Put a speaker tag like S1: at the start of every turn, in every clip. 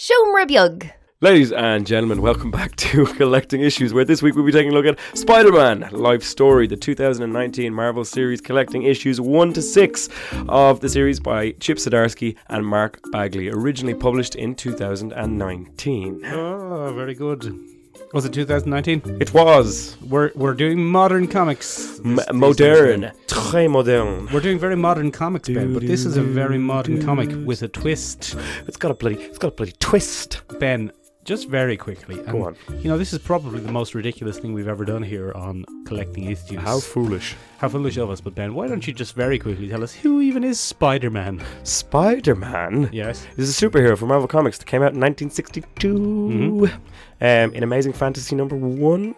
S1: Shomra Bjug.
S2: Ladies and gentlemen, welcome back to Collecting Issues, where this week we'll be taking a look at Spider Man Life Story, the 2019 Marvel series collecting issues 1 to 6 of the series by Chip Zdarsky and Mark Bagley, originally published in 2019.
S3: Oh, very good. Was it 2019?
S2: It was
S3: We're we're doing modern comics.
S2: m-
S3: This- this is-
S2: modern, très modern.
S3: We're doing very modern comics, Ben, but this is a very modern comic with a twist,
S2: It's got a bloody, it's got a bloody twist.
S3: Ben. Just very quickly. and,
S2: Go on.
S3: You know, this is probably the most ridiculous thing we've ever done here on collecting issues.
S2: foolish!
S3: How foolish of us, but Ben, why don't you just very quickly tell us who even is Spider-Man?
S2: Spider Man.
S3: Yes.
S2: is a superhero from Marvel Comics that came out in 1962 um, in Amazing Fantasy number one.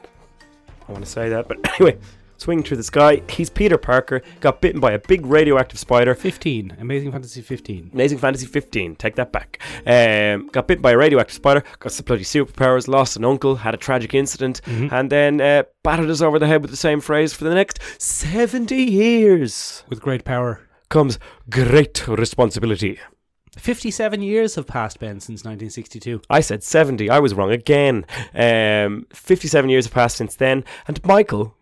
S2: I want to say that, but anyway, swinging through the sky, he's Peter Parker, got bitten by a big radioactive spider.
S3: 15. Amazing Fantasy 15.
S2: Amazing Fantasy 15, take that back. Um, got bitten by a radioactive spider, got some bloody superpowers, lost an uncle, had a tragic incident, and then uh, battered us over the head with the same phrase for the next 70 years.
S3: With great power.
S2: Comes great responsibility.
S3: 57 years have passed, Ben, since 1962.
S2: I said 70. I was wrong again. Um, 57 years have passed since then. And Michael,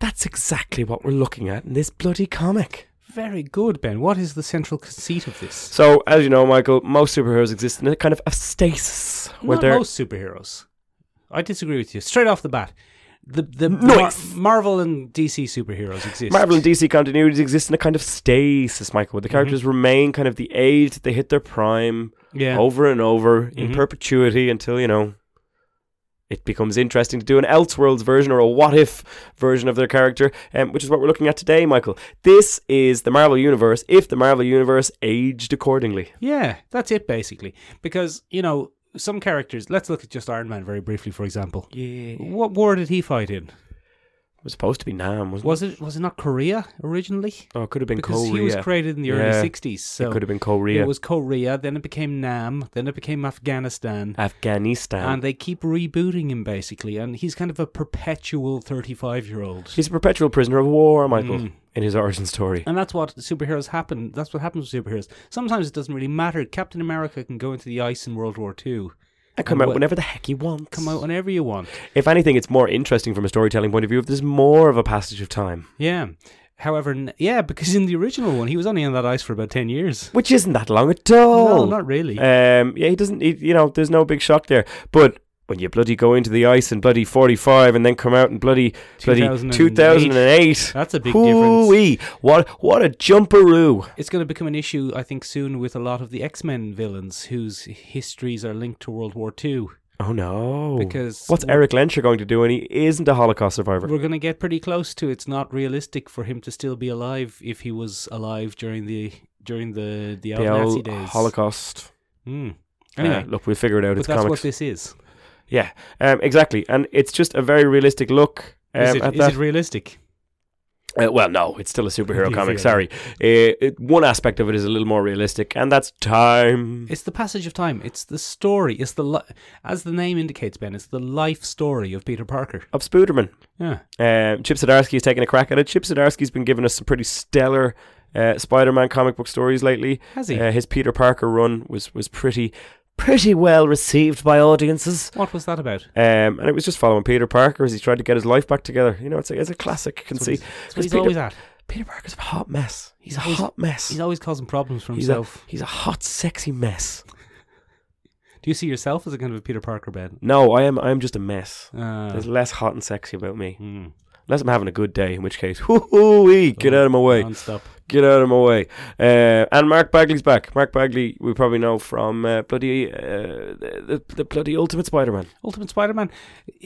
S2: that's exactly what we're looking at in this bloody comic.
S3: Very good, Ben. What is the central conceit of this?
S2: So, as you know, Michael, most superheroes exist in a kind of a stasis. Where
S3: Not
S2: they're.
S3: most superheroes. I disagree with you straight off the bat. The the
S2: Nice.
S3: Mar- Marvel and DC superheroes exist.
S2: Marvel and DC continuities exist in a kind of stasis, Michael,
S3: Mm-hmm.
S2: where the characters remain kind of the age that they hit their prime
S3: yeah.
S2: over and over in
S3: Mhm.
S2: perpetuity until, you know, it becomes interesting to do an Elseworlds version or a what if version of their character, um, which is what we're looking at today, Michael. This is the Marvel Universe if the Marvel Universe aged accordingly.
S3: Yeah, that's it basically. Because you know some characters. Let's look at just Iron Man very briefly, for example.
S2: Yeah. It
S3: What war did he fight in?
S2: was supposed to be Nam, wasn't
S3: Was it was it not Korea originally?
S2: it? Oh, it could have been
S3: Because
S2: Korea.
S3: he was created in the early
S2: Yeah.
S3: '60s, so
S2: it could have been Korea.
S3: it was Korea. Then it became Nam. Then it became Afghanistan.
S2: Afghanistan.
S3: and they keep rebooting him basically, and he's kind of a perpetual thirty-five-year-old.
S2: He's a perpetual prisoner of war, Michael,
S3: Mm.
S2: in his origin story.
S3: And that's what superheroes happen. That's what happens with superheroes. Sometimes it doesn't really matter. Captain America can go into the ice in World War II,
S2: And come
S3: And
S2: out
S3: what-
S2: whenever the heck he wants.
S3: come out whenever you want.
S2: If anything, it's more interesting from a storytelling point of view if there's more of a passage of time.
S3: Yeah. However, n- yeah, because in the original one, he was only on that ice for about 10 years.
S2: Which isn't that long at all.
S3: No, not really.
S2: Um, yeah, he doesn't. He, you know, there's no big shock there. But when you bloody go into the ice and bloody 45, and then come out and bloody bloody
S3: 2008.
S2: 2008.
S3: That's a big difference.
S2: Hoo-wee. What what a jumperoo!
S3: It's going to become an issue, I think, soon with a lot of the X Men villains whose histories are linked to World War II.
S2: Oh no!
S3: Because
S2: what's
S3: w-
S2: Eric Lencher going to do when he isn't a Holocaust survivor?
S3: We're going to get pretty close to it's not realistic for him to still be alive if he was alive during the during the the, old
S2: The
S3: Nazi
S2: old
S3: days.
S2: Holocaust.
S3: Mm.
S2: Uh,
S3: Anyway,
S2: look, we'll figure it out.
S3: but
S2: it's
S3: that's
S2: comics.
S3: what this is.
S2: Yeah, um, exactly. And it's just a very realistic look. Um,
S3: Is,
S2: at
S3: it, is
S2: that.
S3: it realistic?
S2: Uh, well, no, it's still a superhero
S3: Yeah,
S2: comic.
S3: yeah.
S2: Sorry, uh, it, one aspect of it is a little more realistic, and that's time.
S3: It's the passage of time. It's the story. It's the li- as the name indicates, Ben. It's the life story of Peter Parker.
S2: Of Spooderman,
S3: Yeah,
S2: um, Chip Zdarsky has taken a crack at it. Chip Zdarsky's been giving us some pretty stellar uh, Spider-Man comic book stories lately.
S3: has he?
S2: Uh, his Peter Parker run was was pretty pretty well received by audiences.
S3: what was that about?
S2: Um, and it was just following Peter Parker as he tried to get his life back together. You know, it's a, it's a classic. You can
S3: That's what
S2: see
S3: he's- That's what he's
S2: Peter-
S3: always at.
S2: Peter Parker's a hot mess. He's a
S3: He's-
S2: hot mess.
S3: He's always causing problems for
S2: He's a,
S3: himself.
S2: he's a hot, sexy mess.
S3: Do you see yourself as a kind of a Peter Parker, Ben?
S2: No, I am. I am just a mess.
S3: Uh,
S2: There's less hot and sexy about me.
S3: mm,
S2: Unless I'm having a good day, in which case,
S3: Oh
S2: wee, get out of my way.
S3: non-stop.
S2: Get out of my way. Uh, and Mark Bagley's back. Mark Bagley, we probably know from uh, bloody uh, the, the bloody Ultimate Spider-Man.
S3: Ultimate Spider-Man,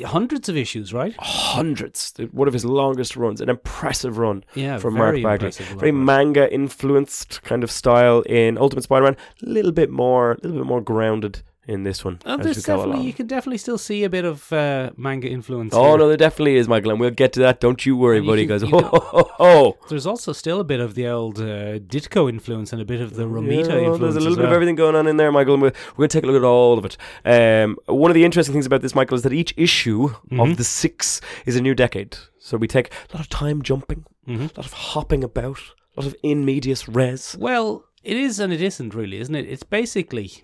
S3: hundreds of issues, right?
S2: Hundreds. One of his longest runs, an impressive run
S3: Yeah,
S2: from Mark
S3: very
S2: Bagley.
S3: impressive
S2: Very
S3: work.
S2: manga influenced kind of style in Ultimate Spider-Man. A little bit more, a little bit more grounded in this one.
S3: Oh,
S2: as
S3: there's
S2: we go
S3: definitely
S2: along.
S3: you can definitely still see a bit of uh, manga influence.
S2: Oh
S3: here.
S2: no, there definitely is, Michael, and we'll get to that. Don't you worry,
S3: And you
S2: buddy.
S3: can-
S2: Guys,
S3: you
S2: ho,
S3: can-
S2: ho, ho, ho.
S3: There's also still a bit of the old uh, Ditko influence and a bit of the Romita
S2: Yeah, well,
S3: influence.
S2: there's a
S3: as
S2: little bit of
S3: well.
S2: everything going on in there, Michael. And we're, we're going to take a look at all of it. Um, one of the interesting things about this, Michael, is that each issue of
S3: Mhm.
S2: the six is a new decade. So we take a lot of time jumping,
S3: Mhm.
S2: a lot of hopping about, a lot of in medias res.
S3: Well, it is and it isn't really, isn't it? It's basically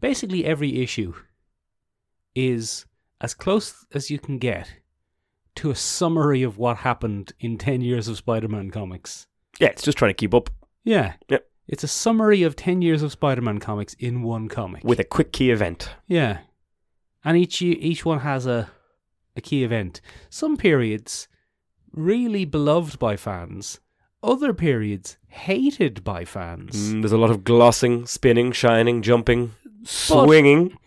S3: basically every issue is as close as you can get to a summary of what happened in 10 years of Spider-Man comics.
S2: Yeah, it's just trying to keep up
S3: Yeah.
S2: Yep.
S3: It's a summary of 10 years of Spider-Man comics in one comic.
S2: with a quick key event.
S3: Yeah. And each each one has a a key event. Some periods really beloved by fans, other periods hated by fans.
S2: Mm, there's a lot of glossing, spinning, shining, jumping,
S3: But
S2: swinging.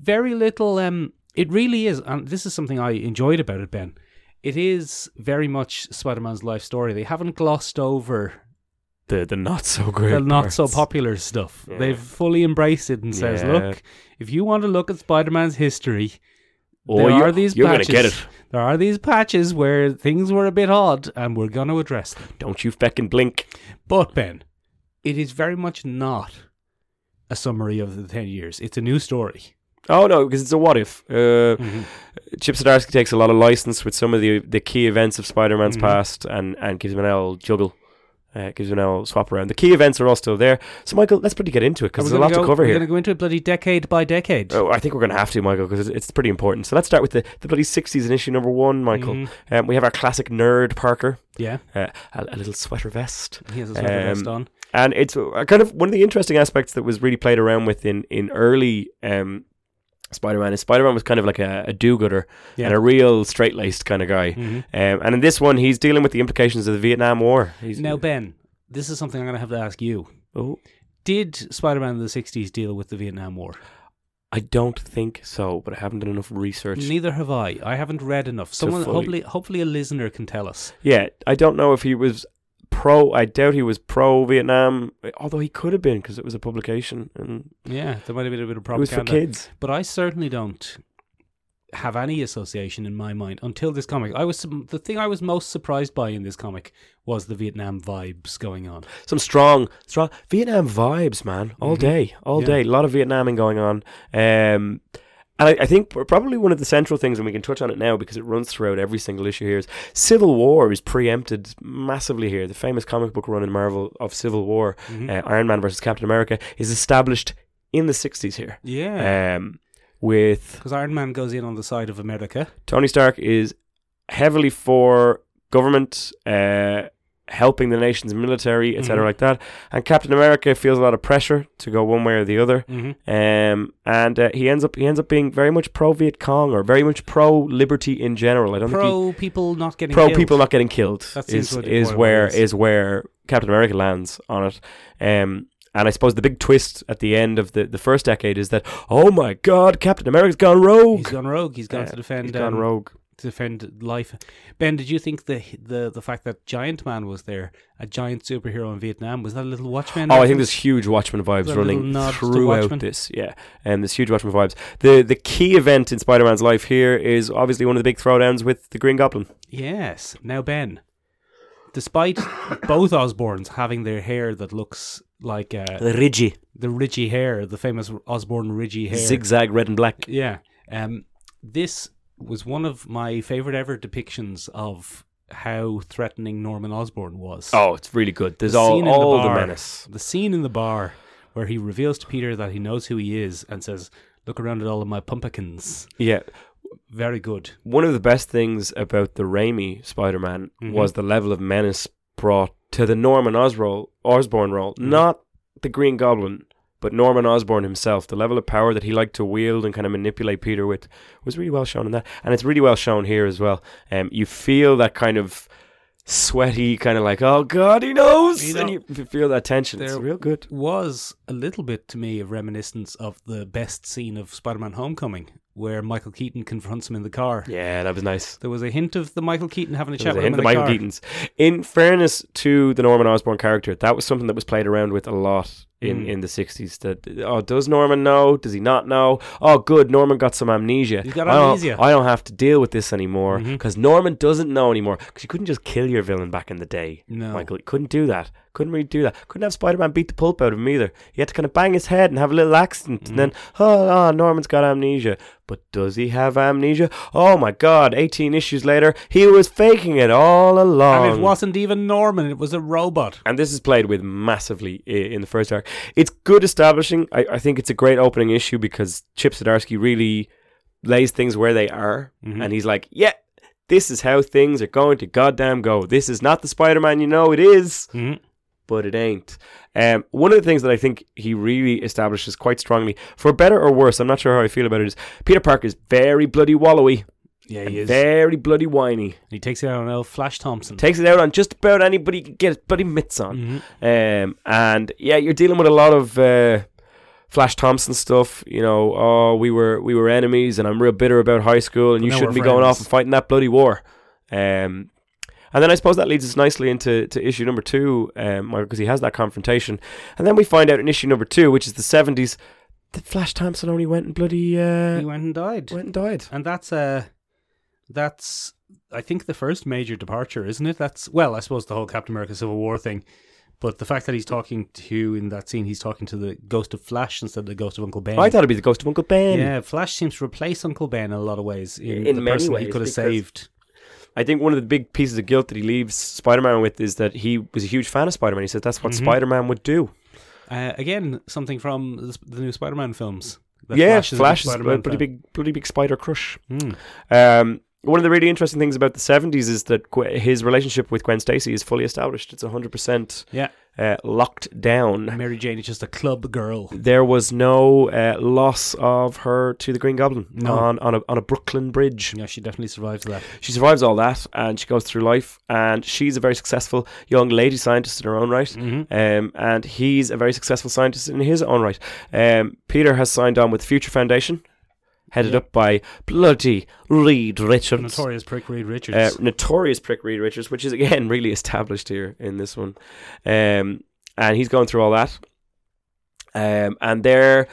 S3: very little um it really is and this is something I enjoyed about it, Ben. It is very much Spider-Man's life story. They haven't glossed over
S2: The the not so great,
S3: the not so
S2: parts.
S3: popular stuff.
S2: Yeah.
S3: They've fully embraced it and says,
S2: Yeah.
S3: "Look, if you want to look at Spider-Man's history,
S2: Oh,
S3: there
S2: you're-
S3: are these
S2: you're
S3: patches.
S2: gonna get it.
S3: There are these patches where things were a bit odd, and we're going to address them.
S2: Don't you feckin' blink.
S3: But Ben, it is very much not a summary of the ten years. It's a new story.
S2: Oh no, because it's a what if. Uh,
S3: Mm-hmm.
S2: Chip Zdarsky takes a lot of license with some of the the key events of Spider Man's
S3: Mhm.
S2: past, and and gives him an old juggle, uh, gives him an old swap around. The key events are all still there. So Michael, let's pretty get into it
S3: Are
S2: because
S3: we
S2: there's a
S3: gonna
S2: lot
S3: go,
S2: to cover
S3: we're
S2: here.
S3: going to go into it bloody decade by decade.
S2: Oh, I think we're going to have to, Michael, because it's, it's pretty important. So let's start with the, the bloody 60s in issue number one, Michael.
S3: Mhm.
S2: Um, we have our classic nerd Parker,
S3: Yeah,
S2: uh, a, a little sweater vest.
S3: he has a sweater
S2: Um,
S3: vest on.
S2: And it's uh, kind of one of the interesting aspects that was really played around with in, in early um, Spider Man is Spider Man was kind of like a, a do gooder
S3: Yeah.
S2: and a real straight laced kind of guy.
S3: Mhm.
S2: Um, and in this one, he's dealing with the implications of the Vietnam War. He's,
S3: Now, Ben, this is something I'm going to have to ask you.
S2: oh,
S3: Did Spider-Man in the '60s deal with the Vietnam War?
S2: I don't think so, but I haven't done enough research.
S3: Neither have I. I haven't read enough. Someone,
S2: fully-
S3: hopefully, hopefully, a listener can tell us.
S2: Yeah, I don't know if he was pro. I doubt he was pro Vietnam, although he could have been because it was a publication and
S3: Yeah, there might have been a bit of
S2: it was
S3: propaganda.
S2: for kids.
S3: But I certainly don't have any association in my mind until this comic. I was the thing I was most surprised by in this comic was the Vietnam vibes going on.
S2: Some strong, strong Vietnam vibes, man. All
S3: Mhm.
S2: day, all
S3: Yeah.
S2: day. A lot of Vietnaming going on. Um, and I, I think pr- probably one of the central things, and we can touch on it now because it runs throughout every single issue here, is Civil War is preempted massively here. The famous comic book run in Marvel of Civil War,
S3: Mm-hmm.
S2: uh, Iron Man versus Captain America, is established in the 60s here.
S3: yeah,
S2: Um, with
S3: because Iron Man goes in on the side of America.
S2: Tony Stark is heavily for government, uh, helping the nation's military, etc.,
S3: Mhm.
S2: like that. And Captain America feels a lot of pressure to go one way or the other.
S3: Mm-hmm.
S2: Um, and uh, he ends up he ends up being very much pro Viet Cong or very much pro liberty in general. I don't think
S3: Pro people not
S2: he,
S3: getting
S2: pro
S3: killed.
S2: people not getting killed
S3: That seems
S2: is
S3: what it-
S2: is
S3: what it
S2: where
S3: is.
S2: is where Captain America lands on it. Um. And I suppose the big twist at the end of the, the first decade is that, oh my God, Captain America's gone rogue.
S3: He's gone rogue. He's gone
S2: Yeah,
S3: to defend.
S2: Eh. He's gone
S3: um,
S2: rogue.
S3: to defend life. Ben, did you think the the the fact that Giant Man was there, a giant superhero in Vietnam, was that a little Watchmen?
S2: Oh, I think
S3: reference?
S2: there's huge Watchmen
S3: Is there
S2: vibes
S3: a little
S2: running
S3: nod to
S2: throughout
S3: Watchmen?
S2: this. Yeah, and um, there's huge Watchmen vibes. The the key event in Spider-Man's life here is obviously one of the big throwdowns with the Green Goblin.
S3: Yes. Now, Ben, despite both Osborns having their hair that looks like uh,
S2: Ridgy,
S3: the ridgy hair, the famous Osborn ridgy hair.
S2: zigzag, red and black.
S3: Yeah. Um, this was one of my favorite ever depictions of how threatening Norman Osborn was.
S2: Oh, it's really good. There's
S3: The
S2: all
S3: scene in the
S2: all the
S3: bar.
S2: menace.
S3: The scene in the bar where he reveals to Peter that he knows who he is and says, Look around at all of my pumpkins.
S2: Yeah,
S3: Very good.
S2: one of the best things about the Raimi Spider-Man
S3: Mhm.
S2: was the level of menace brought to the Norman Osborn Osborn role, not the Green Goblin. But Norman Osborn himself, the level of power that he liked to wield and kind of manipulate Peter with, was really well shown in that, and it's really well shown here as well. Um, you feel that kind of sweaty, kind of like, oh god, he knows,
S3: He
S2: and
S3: know-
S2: you f- feel that tension. It's
S3: There-
S2: real good.
S3: was a little bit to me a reminiscence of the best scene of Spider-Man: Homecoming, where Michael Keaton confronts him in the car.
S2: Yeah, that was nice.
S3: There was a hint of the Michael Keaton having a
S2: There
S3: chat
S2: was a
S3: with him
S2: hint
S3: in
S2: of
S3: the
S2: Michael
S3: car.
S2: Keaton's. In fairness to the Norman Osborn character, that was something that was played around with a lot in,
S3: Mm.
S2: in the sixties. That oh, does Norman know? Does he not know? Oh, good, Norman got some amnesia.
S3: He's got
S2: I don't-
S3: amnesia.
S2: I don't, have to deal with this anymore
S3: Mhm.
S2: because Norman doesn't know anymore. Because you couldn't just kill your villain back in the day,
S3: No,
S2: Michael. You couldn't do that Couldn't really do that. Couldn't have Spider Man beat the pulp out of him either. He had to kind of bang his head and have a little accident, and then,
S3: Mm-hmm.
S2: oh, oh, Norman's got amnesia. But does he have amnesia? Oh my god, 18 issues later, he was faking it all along.
S3: And it wasn't even Norman, it was a robot.
S2: And this is played with massively i- in the first arc. It's good establishing. I, I think it's a great opening issue because Chip Zdarsky really lays things where they are.
S3: Mm-hmm.
S2: And he's like, yeah, this is how things are going to goddamn go. This is not the Spider Man you know it is,
S3: Mhm.
S2: but it ain't. Um, one of the things that I think he really establishes quite strongly, for better or worse, I'm not sure how I feel about it, is Peter Parker is very bloody wallowy,
S3: Yeah,
S2: and
S3: he is.
S2: very bloody whiny.
S3: he takes it out on L. Flash Thompson.
S2: Takes it out on just about anybody he can get his bloody mitts on.
S3: Mhm.
S2: Um, and yeah, you're dealing with a lot of uh, Flash Thompson stuff. You know, oh, we were we were enemies, and I'm real bitter about high school, and you
S3: now
S2: shouldn't be
S3: we're
S2: going
S3: friends.
S2: off and fighting that bloody war. Um, and then I suppose that leads us nicely into to issue number two, um, because he has that confrontation, and then we find out in issue number two, which is the '70s, that Flash Thompson only went and bloody uh,
S3: He went and died.
S2: went and died.
S3: And that's uh that's I think the first major departure, isn't it? That's well, I suppose the whole Captain America Civil War thing. But the fact that he's talking to in that scene, he's talking to the ghost of Flash instead of the ghost of Uncle Ben.
S2: I thought it'd be the ghost of Uncle Ben.
S3: Um, yeah, Flash seems to replace Uncle Ben in a lot of ways. In,
S2: In
S3: the
S2: many
S3: person
S2: ways,
S3: he could have
S2: because-
S3: saved.
S2: I think one of the big pieces of guilt that he leaves Spider-Man with is that he was a huge fan of Spider-Man. He said that's what
S3: Mm-hmm.
S2: Spider-Man would do.
S3: Uh, again, something from the, sp- the new Spider-Man films. The
S2: yeah,
S3: a big
S2: Flash is a
S3: Spider-Man
S2: bloody
S3: fan.
S2: big, bloody big spider crush.
S3: Mm.
S2: Um, one of the really interesting things about the seventies is that Gw- his relationship with Gwen Stacy is fully established. It's hundred percent
S3: Yeah,
S2: uh, locked down.
S3: Mary Jane is just a club girl.
S2: There was no uh, loss of her to the Green Goblin
S3: No.
S2: on on a, on a Brooklyn bridge.
S3: Yeah, she definitely survives that.
S2: She survives all that, and she goes through life, and she's a very successful young lady scientist in her own right.
S3: Mhm.
S2: Um, and he's a very successful scientist in his own right. Um, Peter has signed on with the Future Foundation, headed
S3: Yeah.
S2: up by bloody Reed Richards.
S3: Notorious prick Reed Richards.
S2: Uh, notorious prick Reed Richards, which is again really established here in this one. Um, and he's going through all that. Um, and there,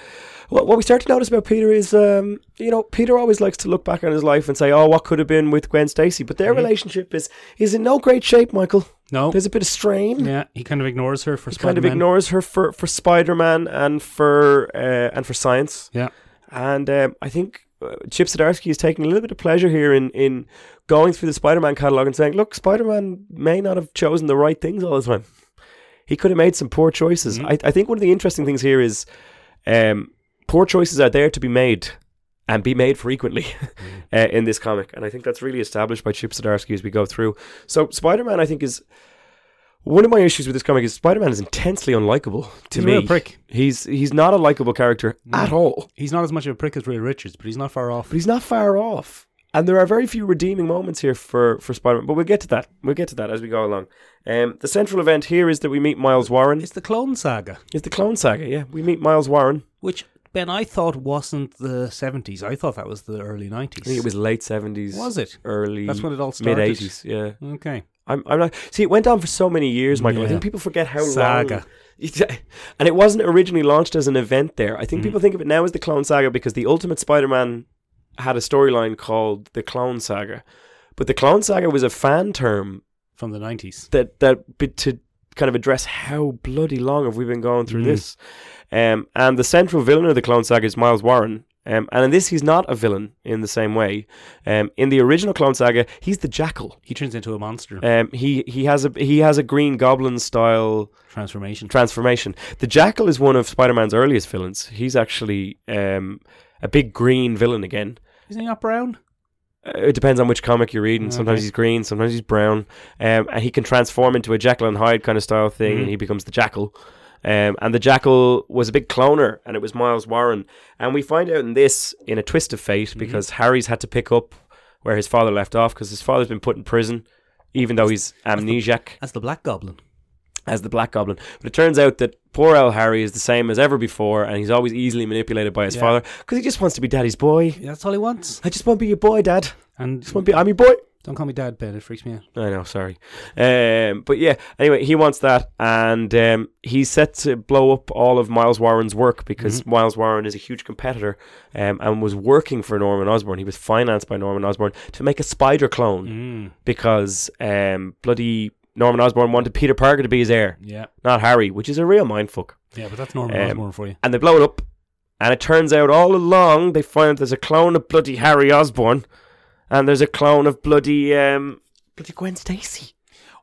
S2: what, what we start to notice about Peter is, um, you know, Peter always likes to look back on his life and say, "Oh, what could have been with Gwen Stacy?" But their
S3: Mhm.
S2: relationship is is in no great shape, Michael.
S3: no,
S2: There's a bit of strain
S3: Oh. yeah, he kind of ignores her for
S2: he
S3: Spider-Man.
S2: kind of ignores her for, for Spider Man and for uh, and for science.
S3: Yeah.
S2: and um, I think uh, Chip Zdarsky is taking a little bit of pleasure here in in going through the Spider Man catalog and saying, "Look, Spider Man may not have chosen the right things all the time. He could have made some poor choices."
S3: Mhm.
S2: I, I think one of the interesting things here is um, poor choices are there to be made. And be made frequently
S3: Mm-hmm.
S2: uh, in this comic, and I think that's really established by Chip Zdarsky as we go through. So Spider Man, I think, is one of my issues with this comic is Spider Man is intensely unlikable to
S3: He's a
S2: me.
S3: real prick.
S2: He's he's not a likable character at all,
S3: He's not as much of a prick as Ray Richards, but he's not far off.
S2: but he's not far off. And there are very few redeeming moments here for, for Spider Man. But we'll get to that. We'll get to that as we go along. Um, the central event here is that we meet Miles Warren.
S3: It's the Clone Saga,
S2: It's the Clone Saga, yeah. We meet Miles Warren.
S3: which Ben I thought wasn't the seventies. I thought that was the early nineties.
S2: I think it was late seventies.
S3: Was it?
S2: Early
S3: That's when it all
S2: mid
S3: started.
S2: eighties, yeah.
S3: Okay.
S2: I'm, I'm not. See, it went on for so many years, Michael. I
S3: Yeah.
S2: think people forget how
S3: Saga.
S2: long. And it wasn't originally launched as an event there. I think people think of it now as the Clone Saga because the Ultimate Spider Man had a storyline called the Clone Saga. But the Clone Saga was a fan term
S3: From the nineties.
S2: that, that bit to kind of address how bloody long have we been going through
S3: Mhm.
S2: this. Um, and the central villain of the Clone Saga is Miles Warren. Um, and in this, he's not a villain in the same way. Um, in the original Clone Saga, he's the Jackal.
S3: He turns into a monster
S2: Um, he he has a he has a Green Goblin style
S3: transformation.
S2: transformation. The Jackal is one of Spider-Man's earliest villains. He's actually um, a big green villain again.
S3: Isn't he not brown?
S2: Uh, it depends on which comic you're reading. Sometimes
S3: Okay.
S2: he's green, sometimes he's brown, um, and he can transform into a Jekyll and Hyde kind of style thing, and
S3: Mhm.
S2: he becomes the Jackal. Um, and the Jackal was a big cloner, and it was Miles Warren. And we find out in this, in a twist of fate,
S3: Mm-hmm.
S2: because Harry's had to pick up where his father left off, because his father's been put in prison, even though he's amnesiac
S3: As the Black Goblin.
S2: as the Black Goblin. But it turns out that poor El Harry is the same as ever before, and he's always easily manipulated by his
S3: Yeah.
S2: father because he just wants to be daddy's boy.
S3: That's all he wants.
S2: I just want to be your boy, Dad.
S3: And
S2: Just want to be. I'm your boy.
S3: don't call me Dad, Ben. It freaks me out.
S2: I know, sorry. Um, but yeah, anyway, he wants that, and um, he's set to blow up all of Miles Warren's work because Miles Warren is a huge competitor um, and was working for Norman Osborn. He was financed by Norman Osborn to make a spider clone
S3: Mm.
S2: because um, bloody Norman Osborn wanted Peter Parker to be his heir,
S3: Yeah.
S2: not Harry, which is a real mindfuck.
S3: Yeah, but that's Norman
S2: Um,
S3: Osborn for you.
S2: And they blow it up, and it turns out all along they find there's a clone of bloody Harry Osborn, and there's a clone of bloody um, bloody Gwen Stacy.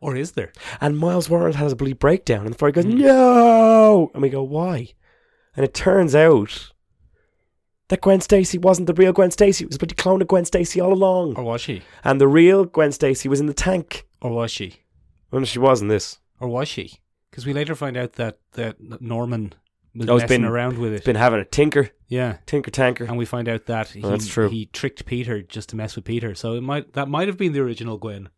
S3: Or is there?
S2: And Miles Warren has a bloody breakdown, and the fairy goes, No! And we go, Why? And it turns out that Gwen Stacy wasn't the real Gwen Stacy, it was a bloody clone of Gwen Stacy all along.
S3: Or was she?
S2: And the real Gwen Stacy was in the tank.
S3: Or was she?
S2: Well, she wasn't this.
S3: Or was she? Because we later find out that, that Norman was
S2: Oh, it's
S3: messing
S2: been-
S3: around with it.
S2: Been having a tinker,
S3: yeah.
S2: tinker tanker.
S3: And we find out that he,
S2: that's true.
S3: he tricked Peter just to mess with Peter. So it might that might have been the original Gwen.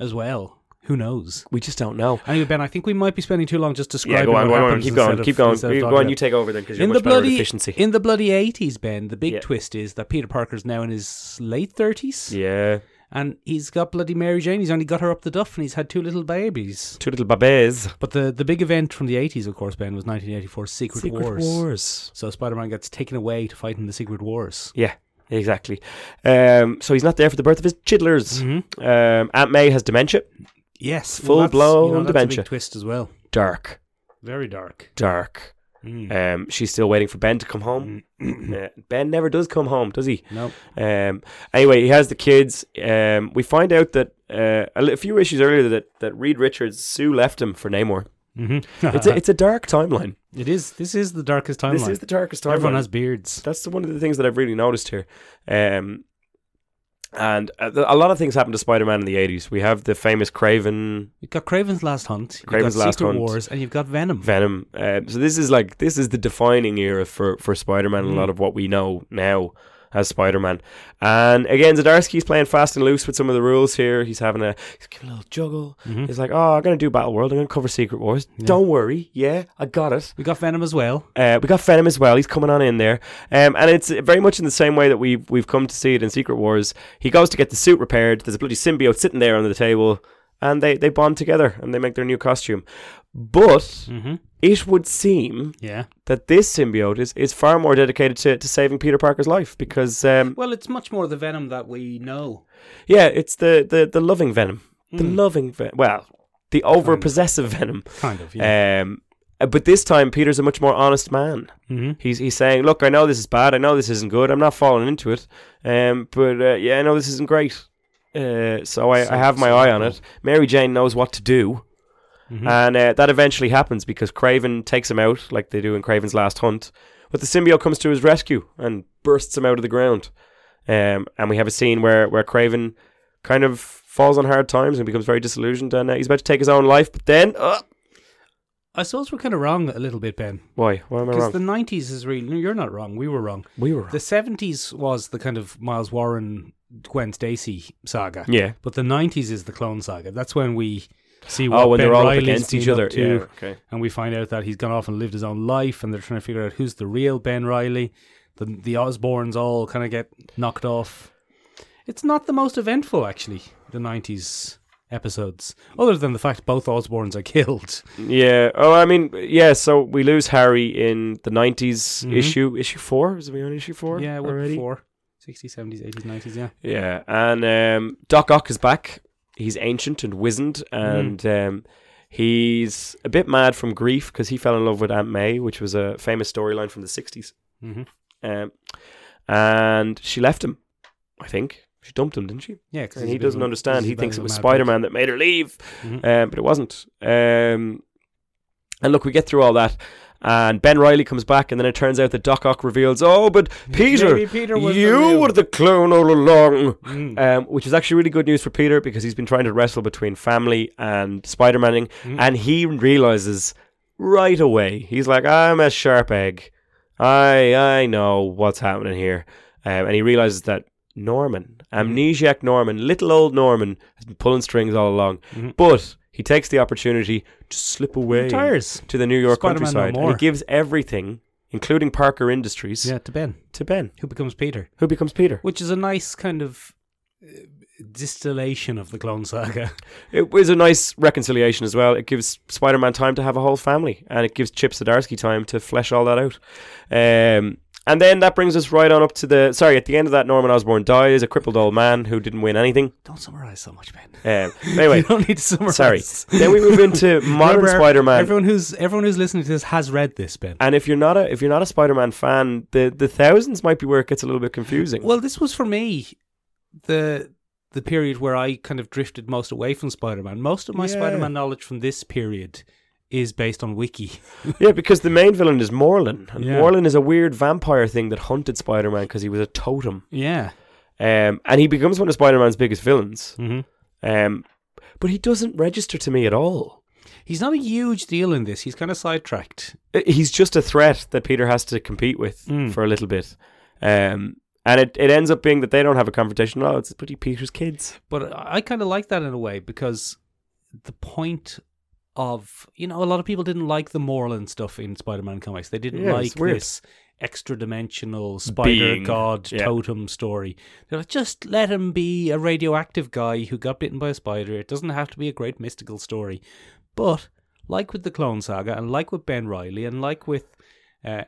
S3: As well. Who knows?
S2: We just don't know.
S3: Anyway, Ben, I think we might be spending too long just
S2: Yeah,
S3: describing
S2: go on,
S3: what
S2: go on,
S3: happens
S2: keep
S3: instead
S2: going,
S3: of-
S2: keep going,
S3: instead of
S2: you,
S3: talking
S2: go on.
S3: about-
S2: You take over then because you're
S3: in
S2: much
S3: the
S2: better at
S3: bloody
S2: efficiency.
S3: in the bloody eighties, Ben. The big
S2: Yeah.
S3: twist is that Peter Parker's now in his late thirties,
S2: yeah,
S3: and he's got bloody Mary Jane. He's only got her up the duff, and he's had two little babies.
S2: two little babes.
S3: But the the big event from the eighties, of course, Ben, was 1984 Secret, Wars.
S2: Wars.
S3: So Spider-Man gets taken away to fight in the Secret Wars.
S2: Yeah, exactly. Um, so he's not there for the birth of his chidlers.
S3: Mm-hmm.
S2: Um, Aunt May has dementia.
S3: Yes,
S2: Full
S3: that's-
S2: blown
S3: you know, that's a
S2: dementia.
S3: big twist as well.
S2: Dark,
S3: Very dark.
S2: dark.
S3: Mm.
S2: Um, she's still waiting for Ben to come home. Uh, ben never does come home, does he?
S3: no,
S2: Um, anyway, he has the kids. Um, we find out that uh, a li- a few issues earlier that that Reed Richards Sue left him for Namor.
S3: mm-hmm.
S2: It's a, it's a dark timeline.
S3: it is. This is the darkest timeline.
S2: This is the darkest timeline.
S3: Everyone has beards.
S2: That's the- one of the things that I've really noticed here. Um, and a, a lot of things happened to Spider-Man in the eighties. We have the famous Craven
S3: You've got Craven's Last Hunt, you've
S2: Kraven's
S3: got
S2: Last
S3: Secret
S2: Hunt.
S3: Wars, and you've got Venom.
S2: Venom. Uh, so this is like this is the defining era for for Spider-Man. A
S3: Mm.
S2: lot of what we know now as Spider-Man. And again, Zdarsky's playing fast and loose with some of the rules here. He's having a he's giving a little juggle.
S3: Mhm.
S2: He's like, "Oh, I'm gonna do Battle World. I'm gonna cover Secret Wars.
S3: Yeah.
S2: Don't worry. Yeah, I got it."
S3: We got Venom as well.
S2: Uh, we got Venom as well. He's coming on in there, um, and it's very much in the same way that we have we've come to see it in Secret Wars. He goes to get the suit repaired. There's a bloody symbiote sitting there under the table, and they they bond together and they make their new costume. But
S3: Mm-hmm.
S2: it would seem
S3: Yeah.
S2: that this symbiote is, is far more dedicated to, to saving Peter Parker's life because um,
S3: Well, it's much more the Venom that we know.
S2: yeah, it's the the, the loving Venom, the loving Venom. Well, the over possessive Venom.
S3: Kind of, yeah.
S2: Um, uh, but this time, Peter's a much more honest man.
S3: mm-hmm.
S2: He's he's saying, "Look, I know this is bad. I know this isn't good. I'm not falling into it. Um, but uh, yeah, I know this isn't great. Uh, so I, I have my eye on it. Mary Jane knows what to do,
S3: Mhm.
S2: and uh, that eventually happens because Craven takes him out, like they do in Craven's Last Hunt. But the symbiote comes to his rescue and bursts him out of the ground. Um, and we have a scene where where Craven kind of falls on hard times and becomes very disillusioned, and uh, he's about to take his own life. But then, uh,
S3: I suppose we're kind of wrong a little bit, Ben.
S2: why? Why am I
S3: Because
S2: wrong?
S3: the 90s is really. no, You're not wrong. We were wrong.
S2: we were.
S3: The 70s was the kind of Miles Warren, Gwen Stacy saga.
S2: yeah.
S3: But the 90s is the clone saga. That's when we see what
S2: Oh, when
S3: ben
S2: they're all up
S3: Reilly's
S2: against each
S3: been up
S2: other.
S3: to.
S2: Yeah. Okay.
S3: and we find out that he's gone off and lived his own life, and they're trying to figure out who's the real Ben Riley. The the Osborns all kind of get knocked off. It's not the most eventful, actually, the '90s episodes, other than the fact both Osborns are killed.
S2: Yeah. Oh, I mean, yeah. So we lose Harry in the 90s issue, issue four. Is we on issue four?
S3: Mm-hmm. yeah, what
S2: already.
S3: four? 60s, 70s, 80s, 90s, yeah.
S2: Yeah, and um, Doc Ock is back. He's ancient and wizened, and
S3: Mm.
S2: um, he's a bit mad from grief because he fell in love with Aunt May, which was a famous storyline from the 60s.
S3: Mhm.
S2: Um, and she left him. I think she dumped him, didn't she?
S3: Yeah, 'cause
S2: and
S3: he's a
S2: he
S3: bit of
S2: doesn't
S3: a-
S2: understand.
S3: he's a
S2: He
S3: bit
S2: thinks
S3: of
S2: it
S3: a
S2: was
S3: mad
S2: Spider Man that made her leave,
S3: Mhm.
S2: um, but it wasn't. Um, and look, we get through all that, and Ben Riley comes back, and then it turns out that Doc Ock reveals, "Oh, but Peter,
S3: Maybe Peter was the
S2: you
S3: real-
S2: were the clone all along."
S3: Mm.
S2: Um, which is actually really good news for Peter because he's been trying to wrestle between family and Spider Maning,
S3: Mm.
S2: and he realizes right away he's like, I'm a sharp egg. I I know what's happening here, um, and he realizes that Norman,
S3: Mm-hmm.
S2: amnesiac Norman, little old Norman, has been pulling strings all along.
S3: Mhm.
S2: But he takes the opportunity to slip away
S3: Tires.
S2: to the New York
S3: Spider-Man no
S2: countryside, and
S3: more.
S2: he gives everything, including Parker Industries,
S3: Yeah, to Ben,
S2: to Ben,
S3: who becomes Peter,
S2: who becomes Peter.
S3: which is a nice kind of uh, distillation of the clone saga.
S2: It was a nice reconciliation as well. It gives Spider Man time to have a whole family, and it gives Chip Zdarsky time to flesh all that out. Um, And then that brings us right on up to the sorry. At the end of that, Norman Osborn dies, a crippled old man who didn't win anything.
S3: Don't summarize so much,
S2: Um,
S3: Ben.
S2: anyway,
S3: you don't need to summarize.
S2: sorry. Then we move into modern
S3: Remember,
S2: Spider-Man.
S3: Everyone who's everyone who's listening to this has read this, Ben.
S2: And if you're not a if you're not a Spider-Man fan, the the thousands might be where it gets a little bit confusing.
S3: Well, this was for me the the period where I kind of drifted most away from Spider-Man. Most of my
S2: Yeah.
S3: Spider-Man knowledge from this period is based on wiki.
S2: yeah, because the main villain is Morlin, and
S3: Yeah.
S2: Morlin is a weird vampire thing that hunted Spider-Man because he was a totem,
S3: Yeah.
S2: um, and he becomes one of Spider-Man's biggest villains.
S3: Mm-hmm.
S2: Um, but he doesn't register to me at all.
S3: He's not a huge deal in this. He's kind of sidetracked.
S2: I- Uh, He's just a threat that Peter has to compete with
S3: Mm.
S2: for a little bit, um, and it, it ends up being that they don't have a confrontation. Oh, it's bloody Peter's kids.
S3: But I kind of like that in a way because the point of, you know, a lot of people didn't like the Morland stuff in Spider Man comics. They didn't
S2: Yeah, it's
S3: like
S2: weird.
S3: this extra dimensional spider
S2: Being.
S3: god
S2: Yeah.
S3: totem story. They're like, just let him be a radioactive guy who got bitten by a spider. It doesn't have to be a great mystical story. But like with the Clone Saga and like with Ben Riley and like with. Uh,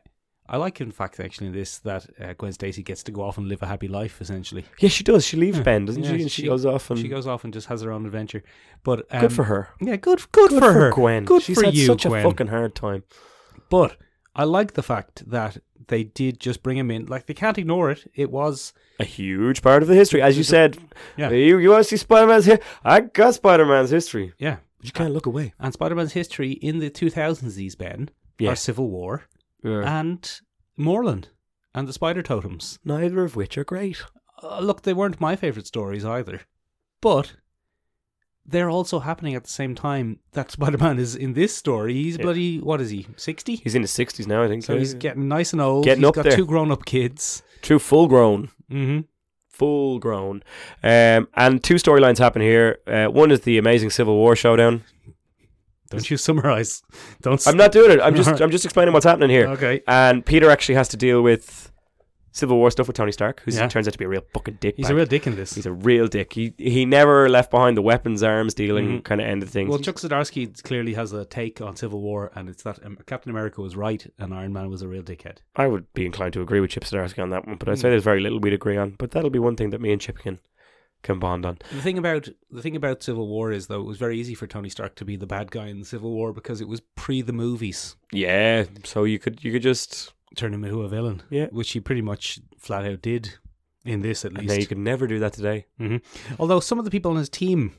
S3: I like, in fact, actually, this that uh, Gwen Stacy gets to go off and live a happy life, essentially.
S2: Yeah, she does. She leaves Ben, doesn't
S3: Yeah,
S2: she? And she,
S3: she-
S2: goes off and
S3: She goes off and just has her own adventure. But um,
S2: good for her.
S3: Yeah, good, good,
S2: Good
S3: for, her,
S2: Gwen.
S3: Good
S2: She's
S3: for
S2: had
S3: you,
S2: such
S3: Gwen.
S2: a fucking hard time.
S3: But I like the fact that they did just bring him in. Like they can't ignore it. It was
S2: A huge part of the history, as you said.
S3: Yeah.
S2: You, you want to see Spider Man's here? I got Spider Man's history.
S3: yeah.
S2: But you can't look away.
S3: And Spider-Man's history in the 2000s, these Ben,
S2: Yeah.
S3: are Civil War and Moreland and the Spider Totems.
S2: Neither of which are great.
S3: Uh, look, they weren't my favorite stories either, but. They're also happening at the same time that Spider-Man is in this story. He's
S2: Yeah.
S3: bloody what is he? Sixty?
S2: He's in his sixties now, I think.
S3: So he's getting nice and old.
S2: Getting
S3: He's
S2: up
S3: got
S2: there.
S3: two grown up kids.
S2: true full grown.
S3: Mm-hmm.
S2: Full grown. Um, and two storylines happen here. Uh, one is the amazing Civil War showdown.
S3: Don't you summarize. Don't.
S2: I'm not doing it. I'm just
S3: Alright.
S2: I'm just explaining what's happening here.
S3: Okay.
S2: And Peter actually has to deal with Civil War stuff with Tony Stark, who
S3: Yeah.
S2: turns out to be a real fucking dick.
S3: He's a real dick in this.
S2: He's a real dick. He he never left behind the weapons arms dealing
S3: Mhm.
S2: kind of end of things.
S3: well, Chuck Zdarsky clearly has a take on Civil War, and it's that um, Captain America was right and Iron Man was a real dickhead.
S2: I would be inclined to agree with Chip Zdarsky on that one, but I'd
S3: Mm.
S2: say there's very little we'd agree on. But that'll be one thing that me and Chip can can bond on.
S3: The thing about the thing about Civil War is though it was very easy for Tony Stark to be the bad guy in the Civil War because it was pre the movies.
S2: Yeah. So you could you could just
S3: Turn him into a villain,
S2: Yeah.
S3: which he pretty much flat out did in this at
S2: and now you
S3: least.
S2: could never do that today.
S3: hmm Although some of the people on his team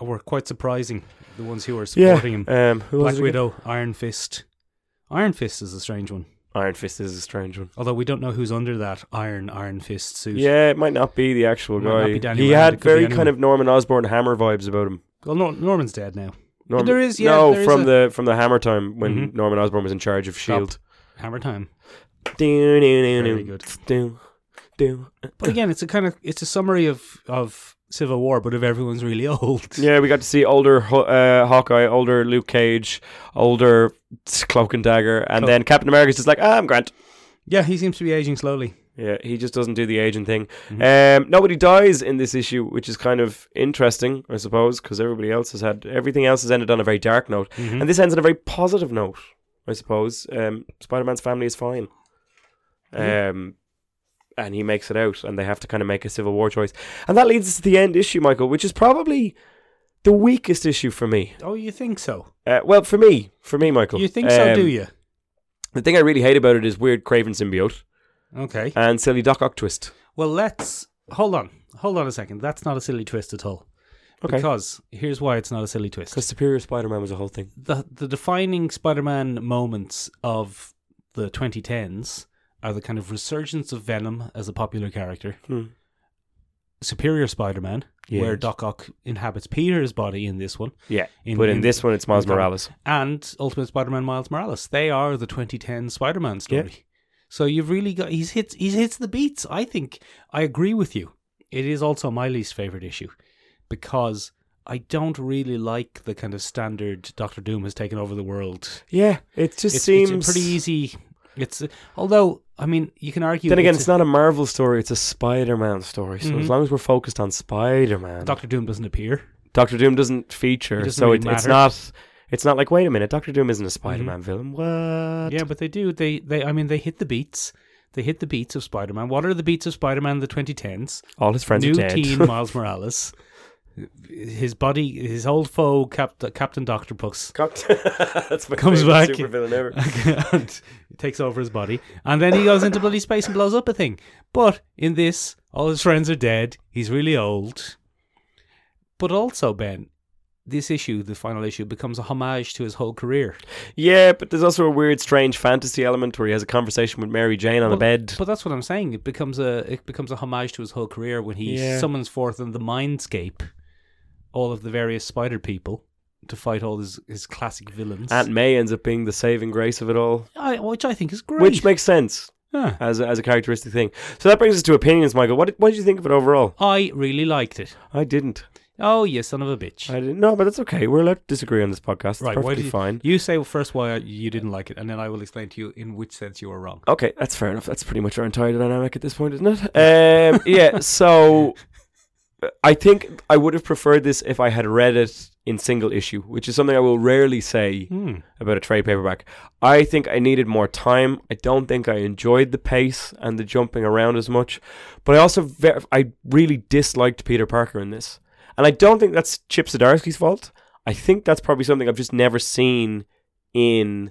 S3: were quite surprising, the ones who were supporting him.
S2: Um, who
S3: Black
S2: was it again?
S3: Widow, Iron Fist. Iron Fist is a strange one.
S2: Iron Fist is a strange one.
S3: Although we don't know who's under that Iron Iron Fist suit.
S2: Yeah, it might not be the actual
S3: Might not
S2: guy.
S3: be Danny
S2: he
S3: Rand, it
S2: had
S3: could be
S2: very
S3: anyone.
S2: kind of Norman Osborn Hammer vibes about him.
S3: Well, Nor- Norman's dead now.
S2: Norman,
S3: There is, yeah,
S2: no
S3: there is
S2: from
S3: a-
S2: the from the Hammer time when
S3: Mhm.
S2: Norman Osborn was in charge of Shield.
S3: Hammer time.
S2: Do, do, do,
S3: Very
S2: do,
S3: good.
S2: Do, do.
S3: But again, it's a kind of it's a summary of of Civil War, but if everyone's really old.
S2: Yeah, we got to see older Haw- uh, Hawkeye, older Luke Cage, older s- Cloak and Dagger, and
S3: Cloak.
S2: then Captain America's just like, ah, I'm Grant.
S3: Yeah, he seems to be aging slowly.
S2: Yeah, he just doesn't do the aging thing.
S3: Mm-hmm.
S2: Um, nobody dies in this issue, which is kind of interesting, I suppose, because everybody else has had everything else has ended on a very dark note,
S3: Mhm.
S2: and this ends on a very positive note, I suppose. Um, Spider Man's family is fine. Um, and he makes it out, and they have to kind of make a civil war choice, and that leads us to the end issue, Michael, which is probably the weakest issue for me.
S3: Oh, you think so?
S2: Uh, well, for me, for me, Michael.
S3: You think so?
S2: um,
S3: Do you?
S2: The thing I really hate about it is weird Craven symbiote
S3: Okay.
S2: and silly Doc Ock twist.
S3: Well, let's hold on. Hold on a second. That's not a silly twist at all.
S2: Okay.
S3: Because here's why it's not a silly twist.
S2: Because Superior Spider-Man was a whole thing.
S3: the the defining Spider-Man moments of the 2010s are the kind of resurgence of Venom as a popular character,
S2: Hmm.
S3: Superior Spider-Man,
S2: Yes.
S3: where Doc Ock inhabits Peter's body in this one,
S2: Yeah,
S3: In-
S2: but in,
S3: in-
S2: this one, it's Miles
S3: in comic-
S2: Morales.
S3: and Ultimate Spider-Man Miles Morales. They are the 2010 Spider-Man story. So you've really got he's hits he's hits the beats. I think I agree with you. It is also my least favorite issue because I don't really like the kind of standard Doctor Doom has taken over the world
S2: Yeah, it just
S3: it's,
S2: seems
S3: it's a pretty easy. It's although I mean you can argue.
S2: Then again,
S3: it's
S2: it's not a Marvel story; it's a Spider-Man story. So
S3: Mhm.
S2: as long as we're focused on Spider-Man,
S3: Doctor Doom doesn't appear.
S2: Doctor Doom doesn't feature,
S3: It doesn't
S2: so
S3: really
S2: it, it's
S3: matter. Mm-hmm.
S2: not. It's not like wait a minute, Doctor Doom isn't a Spider-Man villain. What?
S3: Yeah, but they do. They they I mean they hit the beats. They hit the beats of Spider Man. What are the beats of Spider Man in the 2010s?
S2: All his friends
S3: New
S2: are dead.
S3: teen Miles Morales. His buddy, his old foe, Cap- Captain Doctor Pucks,
S2: Cocked- That's my
S3: Comes
S2: favorite
S3: back.
S2: supervillain ever.
S3: and takes over his body. And then he goes into bloody space and blows up a thing. But in this, all his friends are dead. He's really old. But also, Ben, this issue, the final issue, becomes a homage to his whole career.
S2: Yeah, but there's also a weird, strange fantasy element where he has a conversation with Mary Jane on a
S3: Well,
S2: bed.
S3: But that's what I'm saying. It becomes a it becomes a homage to his whole career when he
S2: Yeah.
S3: summons forth in the mindscape all of the various spider people to fight all his, his classic villains.
S2: Aunt May ends up being the saving grace of it all,
S3: I, which I think is great.
S2: which makes sense
S3: Huh.
S2: as a, as a characteristic thing. So that brings us to opinions, Michael. What did, what did you think of it overall?
S3: I really liked it.
S2: I didn't.
S3: Oh, you son of a bitch.
S2: I didn't. No, but that's okay. We're allowed to disagree on this podcast. It's
S3: why
S2: perfectly
S3: did you,
S2: fine.
S3: You say first why you didn't like it, and then I will explain to you in which sense you were wrong.
S2: Okay, that's fair enough. That's pretty much our entire dynamic at this point, isn't it? Um, yeah, so uh, I think I would have preferred this if I had read it in single issue, which is something I will rarely say
S3: Hmm.
S2: about a trade paperback. I think I needed more time. I don't think I enjoyed the pace and the jumping around as much, but I also ver- I really disliked Peter Parker in this, and I don't think that's Chip Zdarsky's fault. I think that's probably something I've just never seen in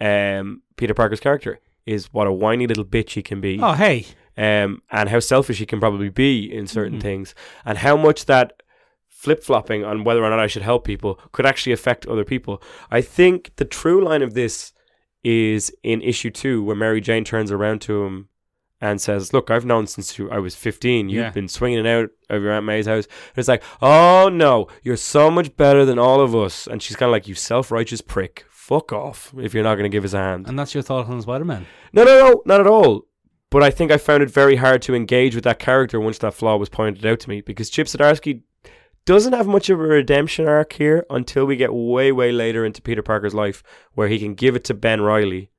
S2: um, Peter Parker's character is what a whiny little bitch he can be
S3: Oh, hey.
S2: um, and how selfish he can probably be in certain
S3: Mhm.
S2: things, and how much that flip flopping on whether or not I should help people could actually affect other people. I think the true line of this is in issue two, where Mary Jane turns around to him and says, Look, I've known since you, I was 15. You've
S3: Yeah.
S2: been swinging it out of your Aunt May's house. And it's like, Oh no, you're so much better than all of us. And she's kind of like, You self righteous prick. Fuck off if you're not going to give us a hand.
S3: And that's your thought on Spider Man.
S2: No, no, no, not at all. But I think I found it very hard to engage with that character once that flaw was pointed out to me because Chip Zdarsky doesn't have much of a redemption arc here until we get way, way later into Peter Parker's life where he can give it to Ben Riley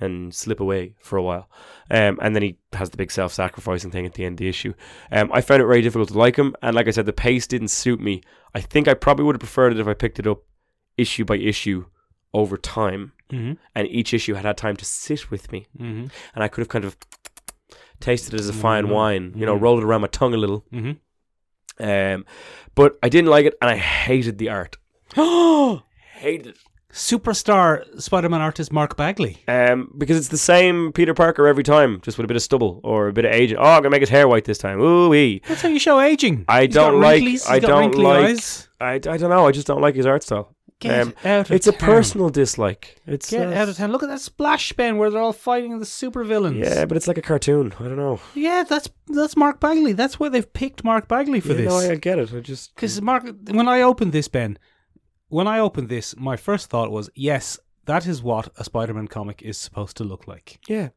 S2: and slip away for a while. Um, and then he has the big self sacrificing thing at the end of the issue. Um, I found it very difficult to like him. And like I said, the pace didn't suit me. I think I probably would have preferred it if I picked it up issue by issue over time
S3: Mm-hmm.
S2: and each issue had had time to sit with me
S3: Mm-hmm.
S2: and I could have kind of tasted it as a fine
S3: Mm.
S2: wine, you know,
S3: Mm.
S2: rolled it around my tongue a little.
S3: Mm-hmm.
S2: Um, but I didn't like it, and I hated the art.
S3: mm-hmm.
S2: Hated it
S3: Superstar Spider Man artist Mark Bagley.
S2: um, because it's the same Peter Parker every time, just with a bit of stubble or a bit of aging. Oh, I'm gonna make his hair white this time. Ooh wee.
S3: That's how you show aging.
S2: I
S3: He's got
S2: don't like-
S3: wrinklies, he's
S2: I
S3: got
S2: don't
S3: wrinkly
S2: like-
S3: Eyes.
S2: I, I don't know. I just don't like his art style.
S3: Get
S2: Um,
S3: out of
S2: It's a
S3: town.
S2: personal dislike. It's
S3: Get
S2: uh,
S3: out of town. Look at that splash, Ben, where they're all fighting the supervillains.
S2: Yeah, but it's like a cartoon. I don't know.
S3: yeah, that's that's Mark Bagley. That's why they've picked Mark Bagley for
S2: Yeah, no, I, I
S3: this.
S2: get it. I just
S3: Because Mark, when I opened this, Ben, when I opened this, my first thought was, yes, that is what a Spider-Man comic is supposed to look like.
S2: yeah.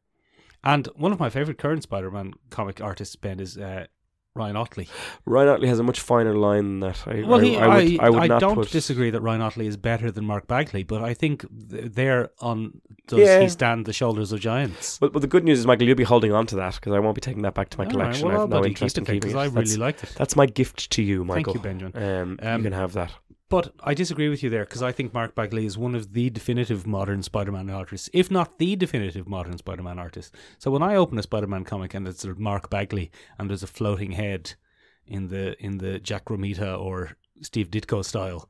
S3: And one of my favorite current Spider-Man comic artists, Ben, is uh, Ryan Otley.
S2: Ryan Otley has a much finer line than that. I,
S3: Well,
S2: I,
S3: he,
S2: I would, I, would not
S3: don't
S2: put,
S3: disagree that Ryan Otley is better than Mark Bagley, but I think th- there on does
S2: Yeah.
S3: he stand the shoulders of giants.
S2: But, but the good news is, Michael, you'll be holding on to that because I won't be taking that back to my
S3: All right,
S2: collection.
S3: well,
S2: I
S3: I'll
S2: have no
S3: bloody
S2: interest
S3: keep
S2: in
S3: it then,
S2: keeping
S3: 'cause
S2: it.
S3: I
S2: that's,
S3: really liked it.
S2: that's my gift to you, Michael.
S3: Thank you, Benjamin.
S2: Um,
S3: Um,
S2: you can have that.
S3: But I disagree with you there because I think Mark Bagley is one of the definitive modern Spider-Man artists, if not the definitive modern Spider-Man artist. So when I open a Spider-Man comic and it's Mark Bagley and there's a floating head in the in the Jack Romita or Steve Ditko style,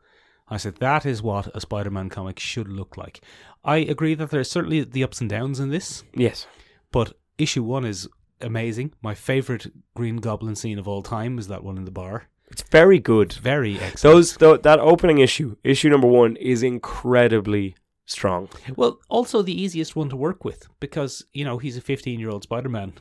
S3: I said that is what a Spider-Man comic should look like. I agree that there's certainly the ups and downs in this,
S2: Yes.
S3: but issue one is amazing. My favorite Green Goblin scene of all time is that one in the bar.
S2: It's very good.
S3: Very excellent.
S2: Those tho- That opening issue, issue number one, is incredibly strong.
S3: Well, also the easiest one to work with because you know he's a fifteen-year-old Spider-Man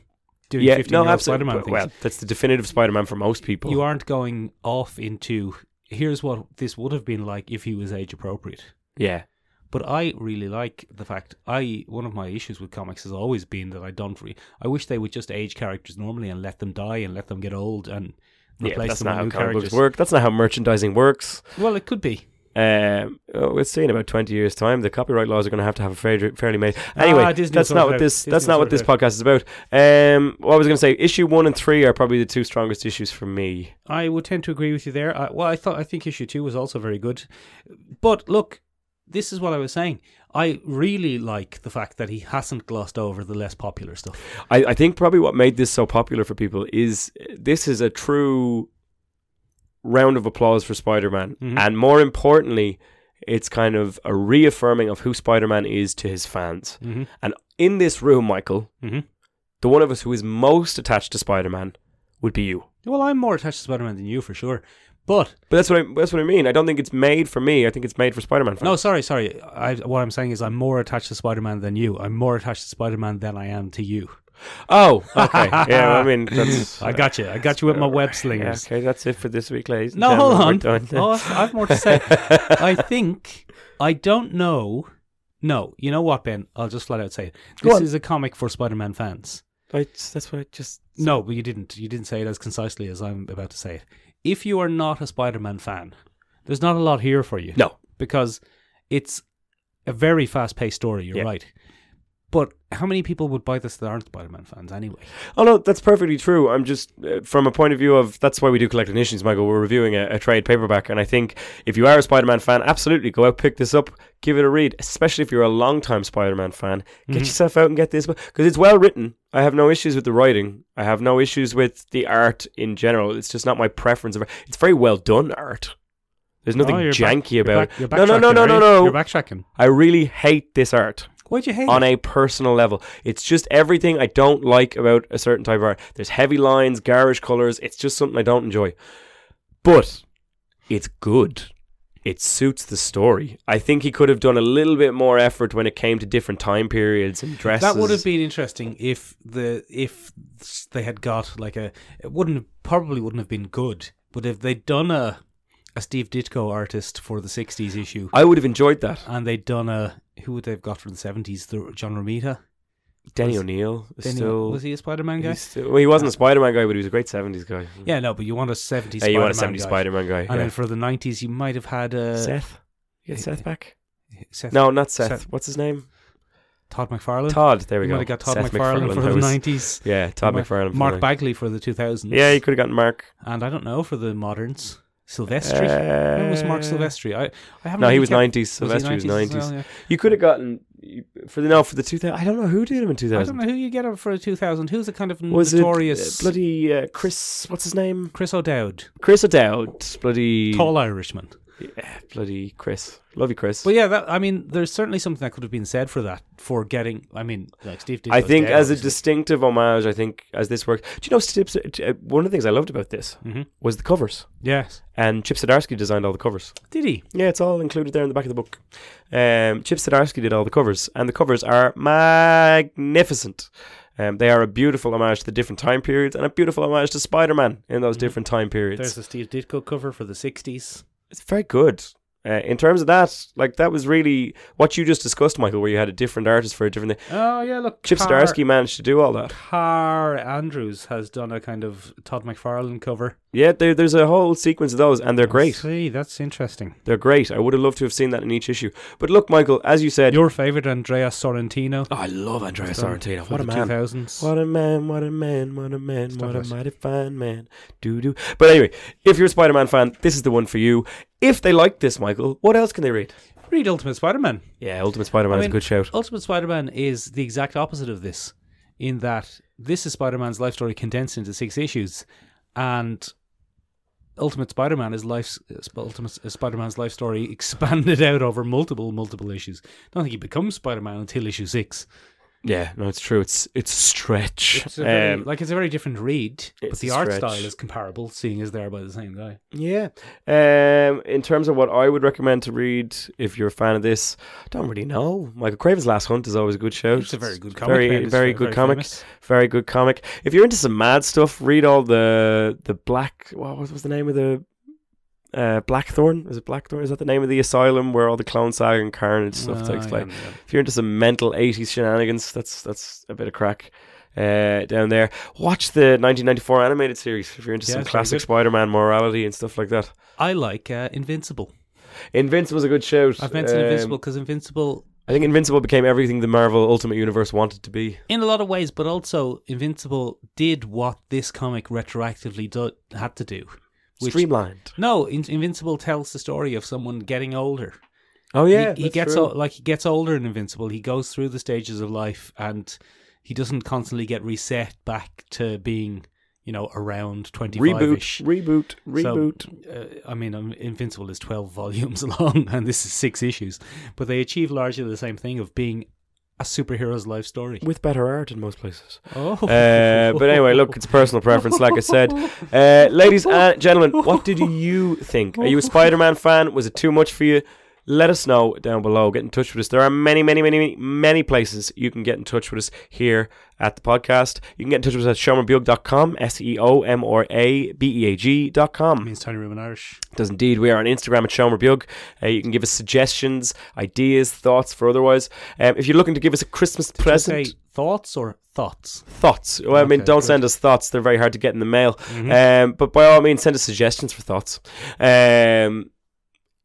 S3: doing
S2: yeah, no,
S3: fifteen-year-old
S2: absolutely.
S3: Spider-Man
S2: But-
S3: things.
S2: Well, that's the definitive Spider Man for most people.
S3: you aren't going off into here's what this would have been like if he was age appropriate.
S2: Yeah.
S3: But I really like the fact I one of my issues with comics has always been that I don't. Re- I wish they would just age characters normally and let them die and let them get old and
S2: Yeah,
S3: replace
S2: that's
S3: them
S2: not how
S3: with new
S2: comic
S3: characters.
S2: books work. That's not how merchandising works.
S3: Well, it could be.
S2: Um, oh, we'll see in about twenty years' time. The copyright laws are going to have to have a fairly, fairly made. Anyway,
S3: Ah, Disney will
S2: that's
S3: sort
S2: not
S3: it
S2: what
S3: out.
S2: this.
S3: Disney
S2: that's
S3: will
S2: not what
S3: sort
S2: this
S3: it
S2: podcast is about. Um, what I was going to say, issue one and three are probably the two strongest issues for me.
S3: I would tend to agree with you there. I, well, I thought I think issue two was also very good, but look, this is what I was saying. I really like the fact that he hasn't glossed over the less popular stuff.
S2: I, I think probably what made this so popular for people is uh, this is a true round of applause for Spider Man.
S3: Mhm.
S2: And more importantly, it's kind of a reaffirming of who Spider Man is to his fans.
S3: Mm-hmm.
S2: And in this room, Michael,
S3: Mm-hmm.
S2: the one of us who is most attached to Spider Man would be you.
S3: Well, I'm more attached to Spider Man than you for sure. But
S2: But that's what I, that's what I mean. I don't think it's made for me. I think it's made for Spider Man fans.
S3: no, sorry, sorry. I, what I'm saying is, I'm more attached to Spider Man than you. I'm more attached to Spider Man than I am to you.
S2: Oh, okay. yeah, well, I mean, that's.
S3: I got you. I got you with my web
S2: Yeah,
S3: slingers.
S2: okay, that's it for this week, ladies. and
S3: No, hold
S2: gentlemen. We're
S3: on.
S2: done.
S3: Oh, I have more to say. I think I don't know. No, you know what, Ben? I'll just flat out say it.
S2: Go
S3: This
S2: on.
S3: is a comic for Spider-Man fans.
S2: I just- that's what I just.
S3: No, but you didn't. You didn't say it as concisely as I'm about to say it. If you are not a Spider-Man fan, there's not a lot here for you.
S2: No.
S3: because it's a very fast-paced story. You're
S2: Yeah.
S3: right. But how many people would buy this that aren't Spider-Man fans anyway?
S2: Oh no, that's perfectly true. I'm just uh, from a point of view of that's why we do collecting issues, Michael. We're reviewing a, a trade paperback, and I think if you are a Spider-Man fan, absolutely go out, pick this up, give it a read. Especially if you're a long-time Spider-Man fan, get
S3: Mm-hmm.
S2: yourself out and get this because it's well written. I have no issues with the writing. I have no issues with the art in general. It's just not my preference. Of it's very well done art. There's nothing
S3: Oh, you're back-
S2: janky
S3: you're
S2: about
S3: back-
S2: it.
S3: you're
S2: No, no, no,
S3: backtracking,
S2: no,
S3: right?
S2: no,
S3: You're
S2: no.
S3: backtracking.
S2: I really hate this art
S3: Why'd you hate
S2: on
S3: it?
S2: a personal level. It's just everything I don't like about a certain type of art. There's heavy lines, garish colors. It's just something I don't enjoy. But it's good. It suits the story. I think he could have done a little bit more effort when it came to different time periods and dresses.
S3: That would have been interesting if the if s- they had got like a it wouldn't probably wouldn't have been good, but if they'd done a a Steve Ditko artist for the '60s issue,
S2: I would have enjoyed that.
S3: and they'd done a who would they've got for the '70s? The John Romita.
S2: Denny O'Neill is
S3: Then he-
S2: still.
S3: was he a Spider-Man guy? Uh,
S2: he's still- well, he wasn't a Spider-Man guy, but he was a great '70s guy.
S3: Yeah, no, but you want a '70s.
S2: Yeah, you want a
S3: Spider-Man
S2: '70s
S3: guy.
S2: Spider-Man guy.
S3: And
S2: yeah.
S3: then for the '90s, you might have had uh,
S2: Seth, you get
S3: eh,
S2: Seth back?
S3: Seth-
S2: No, not Seth.
S3: Seth.
S2: What's his name?
S3: Todd McFarlane.
S2: Todd. There we
S3: you
S2: go.
S3: might have got Todd
S2: Seth
S3: McFarlane, for
S2: I
S3: the
S2: was-
S3: '90s.
S2: Yeah, Todd
S3: Ma-
S2: McFarlane. for the
S3: Mark
S2: night.
S3: Bagley for the 2000s.
S2: Yeah, you could have gotten Mark.
S3: and I don't know for the moderns. Silvestri. When was Mark
S2: Uh,
S3: Silvestri? I, I haven't.
S2: No, he
S3: really
S2: was
S3: kept-
S2: nineties. Sylvester was nineties. You could have gotten for the no for the two thousand. I don't know who did him in two
S3: I don't
S2: thousand.
S3: know who you get him for a 2000. Who's the kind of
S2: Was it
S3: notorious
S2: uh, bloody uh, Chris? What's his name?
S3: Chris O'Dowd,
S2: Chris O'Dowd. Bloody
S3: tall Irishman?
S2: Yeah, bloody Chris. Love you, Chris.
S3: But yeah, that, I mean, there's certainly something that could have been said for that for getting. I mean, like Steve. Ditko's
S2: I think
S3: dead,
S2: as a
S3: obviously.
S2: distinctive homage, I think as this works. Do you know Stips, uh, one of the things I loved about this
S3: Mhm.
S2: was the covers,
S3: yes,
S2: and Chip Zdarsky designed all the covers.
S3: did he?
S2: Yeah, it's all included there in the back of the book. Um, Chip Zdarsky did all the covers, and the covers are magnificent. Um, they are a beautiful homage to the different time periods and a beautiful homage to Spider Man in those different time periods.
S3: Mm-hmm. There's the Steve Ditko cover for the 60s.
S2: it's very good. Uh, in terms of that, like that was really what you just discussed, Michael, where you had a different artist for a different thing.
S3: Oh yeah, look,
S2: Chip
S3: Car-
S2: Zdarsky managed to do all that.
S3: Car Andrews has done a kind of Todd McFarlane cover.
S2: Yeah, there, there's a whole sequence of those, and they're great.
S3: See, that's interesting.
S2: They're great. I would have loved to have seen that in each issue. But look, Michael, as you said,
S3: Your favorite Andrea Sorrentino.
S2: Oh, I love Andrea Sorrentino.
S3: for
S2: What a
S3: the
S2: man!
S3: 2000s.
S2: What a man, what a man, what a man,
S3: Stop
S2: what a
S3: it.
S2: mighty fine man. Doo doo. But anyway, if you're a Spider Man fan, this is the one for you. If they like this, Michael, what else can they read?
S3: Read Ultimate Spider-Man.
S2: Yeah, Ultimate Spider Man
S3: I
S2: is
S3: mean,
S2: a good shout.
S3: Ultimate Spider-Man is the exact opposite of this, in that this is Spider-Man's life story condensed into six issues, and Ultimate Spider-Man is life's uh, Sp- Ultimate uh, Spider-Man's life story expanded out over multiple multiple issues. I don't think he becomes Spider-Man until issue six.
S2: Yeah, no, it's true. It's it's a stretch.
S3: It's a very,
S2: Um,
S3: like it's a very different read, but
S2: it's
S3: the
S2: a
S3: art
S2: stretch.
S3: style is comparable, seeing as they're by the same guy.
S2: Yeah. Um, in terms of what I would recommend to read, if you're a fan of this, I don't really know. Michael Craven's Last Hunt is always a good show.
S3: It's a very good comic.
S2: Oh, Very,
S3: man. It's
S2: very good comic.
S3: famous.
S2: Very good comic. If you're into some mad stuff, read all the the black. What was, was the name of the uh, Blackthorn? Is it Blackthorn? Is that the name of the asylum where all the clone saga and carnage stuff
S3: Uh,
S2: takes place?
S3: yeah, yeah.
S2: If you're into some mental '80s shenanigans, that's that's a bit of crack. Uh, down there, watch the 1994 animated series if you're into
S3: Yeah,
S2: some
S3: it's very
S2: classic
S3: good.
S2: Spider-Man morality and stuff like that.
S3: I like uh, Invincible.
S2: Invincible's a good shout.
S3: I've mentioned
S2: Um,
S3: Invincible because Invincible
S2: I think Invincible became everything the Marvel Ultimate Universe wanted to be.
S3: in a lot of ways, but also Invincible did what this comic retroactively do- had to do. Which,
S2: Streamlined.
S3: no, In- Invincible tells the story of someone getting older
S2: Oh yeah,
S3: he, he
S2: that's
S3: gets
S2: true.
S3: o- like he gets older in Invincible. He goes through the stages of life, and he doesn't constantly get reset back to being, you know, around twenty five
S2: reboot,
S3: ish.
S2: reboot,
S3: So,
S2: reboot.
S3: uh, I mean, um, Invincible is 12 volumes long and this is six issues, but they achieve largely the same thing of being a superhero's life story.
S2: with better art in most places.
S3: Oh.
S2: Uh, but anyway, look, it's personal preference, like I said. Uh, ladies and gentlemen, what did you think? Are you a Spider Man fan? Was it too much for you? Let us know down below. Get in touch with us. There are many, many, many, many, many places you can get in touch with us here at the podcast. You can get in touch with us at seomorbeag.com, S E O M R A B E A G.com.
S3: means tiny room in Irish.
S2: Does indeed. We are on Instagram at Sean Bug. Uh, you can give us suggestions, ideas, thoughts for otherwise. Um, if you're looking to give us a Christmas present,
S3: Say thoughts or thoughts.
S2: thoughts. Well, I mean,
S3: Okay, Mm-hmm.
S2: don't
S3: good.
S2: send us thoughts. They're very hard to get in the mail. Um, but by all means, send us suggestions for thoughts. Um,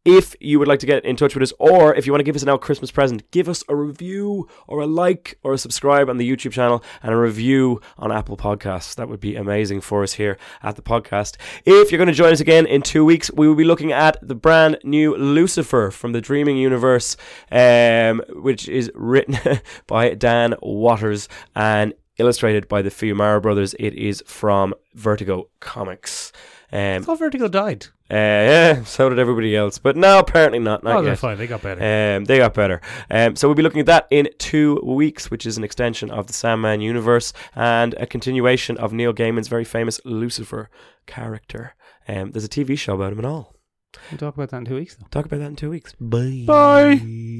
S2: if you would like to get in touch with us, or if you want to give us an out Christmas present, give us a review or a like or a subscribe on the YouTube channel and a review on Apple Podcasts. That would be amazing for us here at the podcast. If you're going to join us again in two weeks, we will be looking at the brand new Lucifer from the Dreaming Universe, um, which is written by Dan Waters and illustrated by the Fiumara brothers. It is from Vertigo Comics.
S3: I
S2: Um,
S3: thought Vertigo died.
S2: uh, yeah, so did everybody else, but no, apparently not. not
S3: oh, they're
S2: yet.
S3: fine. They got better.
S2: Um, they got better. Um, so we'll be looking at that in two weeks, which is an extension of the Sandman universe and a continuation of Neil Gaiman's very famous Lucifer character. Um, there's a TV show about him and all.
S3: we'll talk about that in two weeks, though.
S2: Talk about that in two weeks. Bye.
S3: Bye.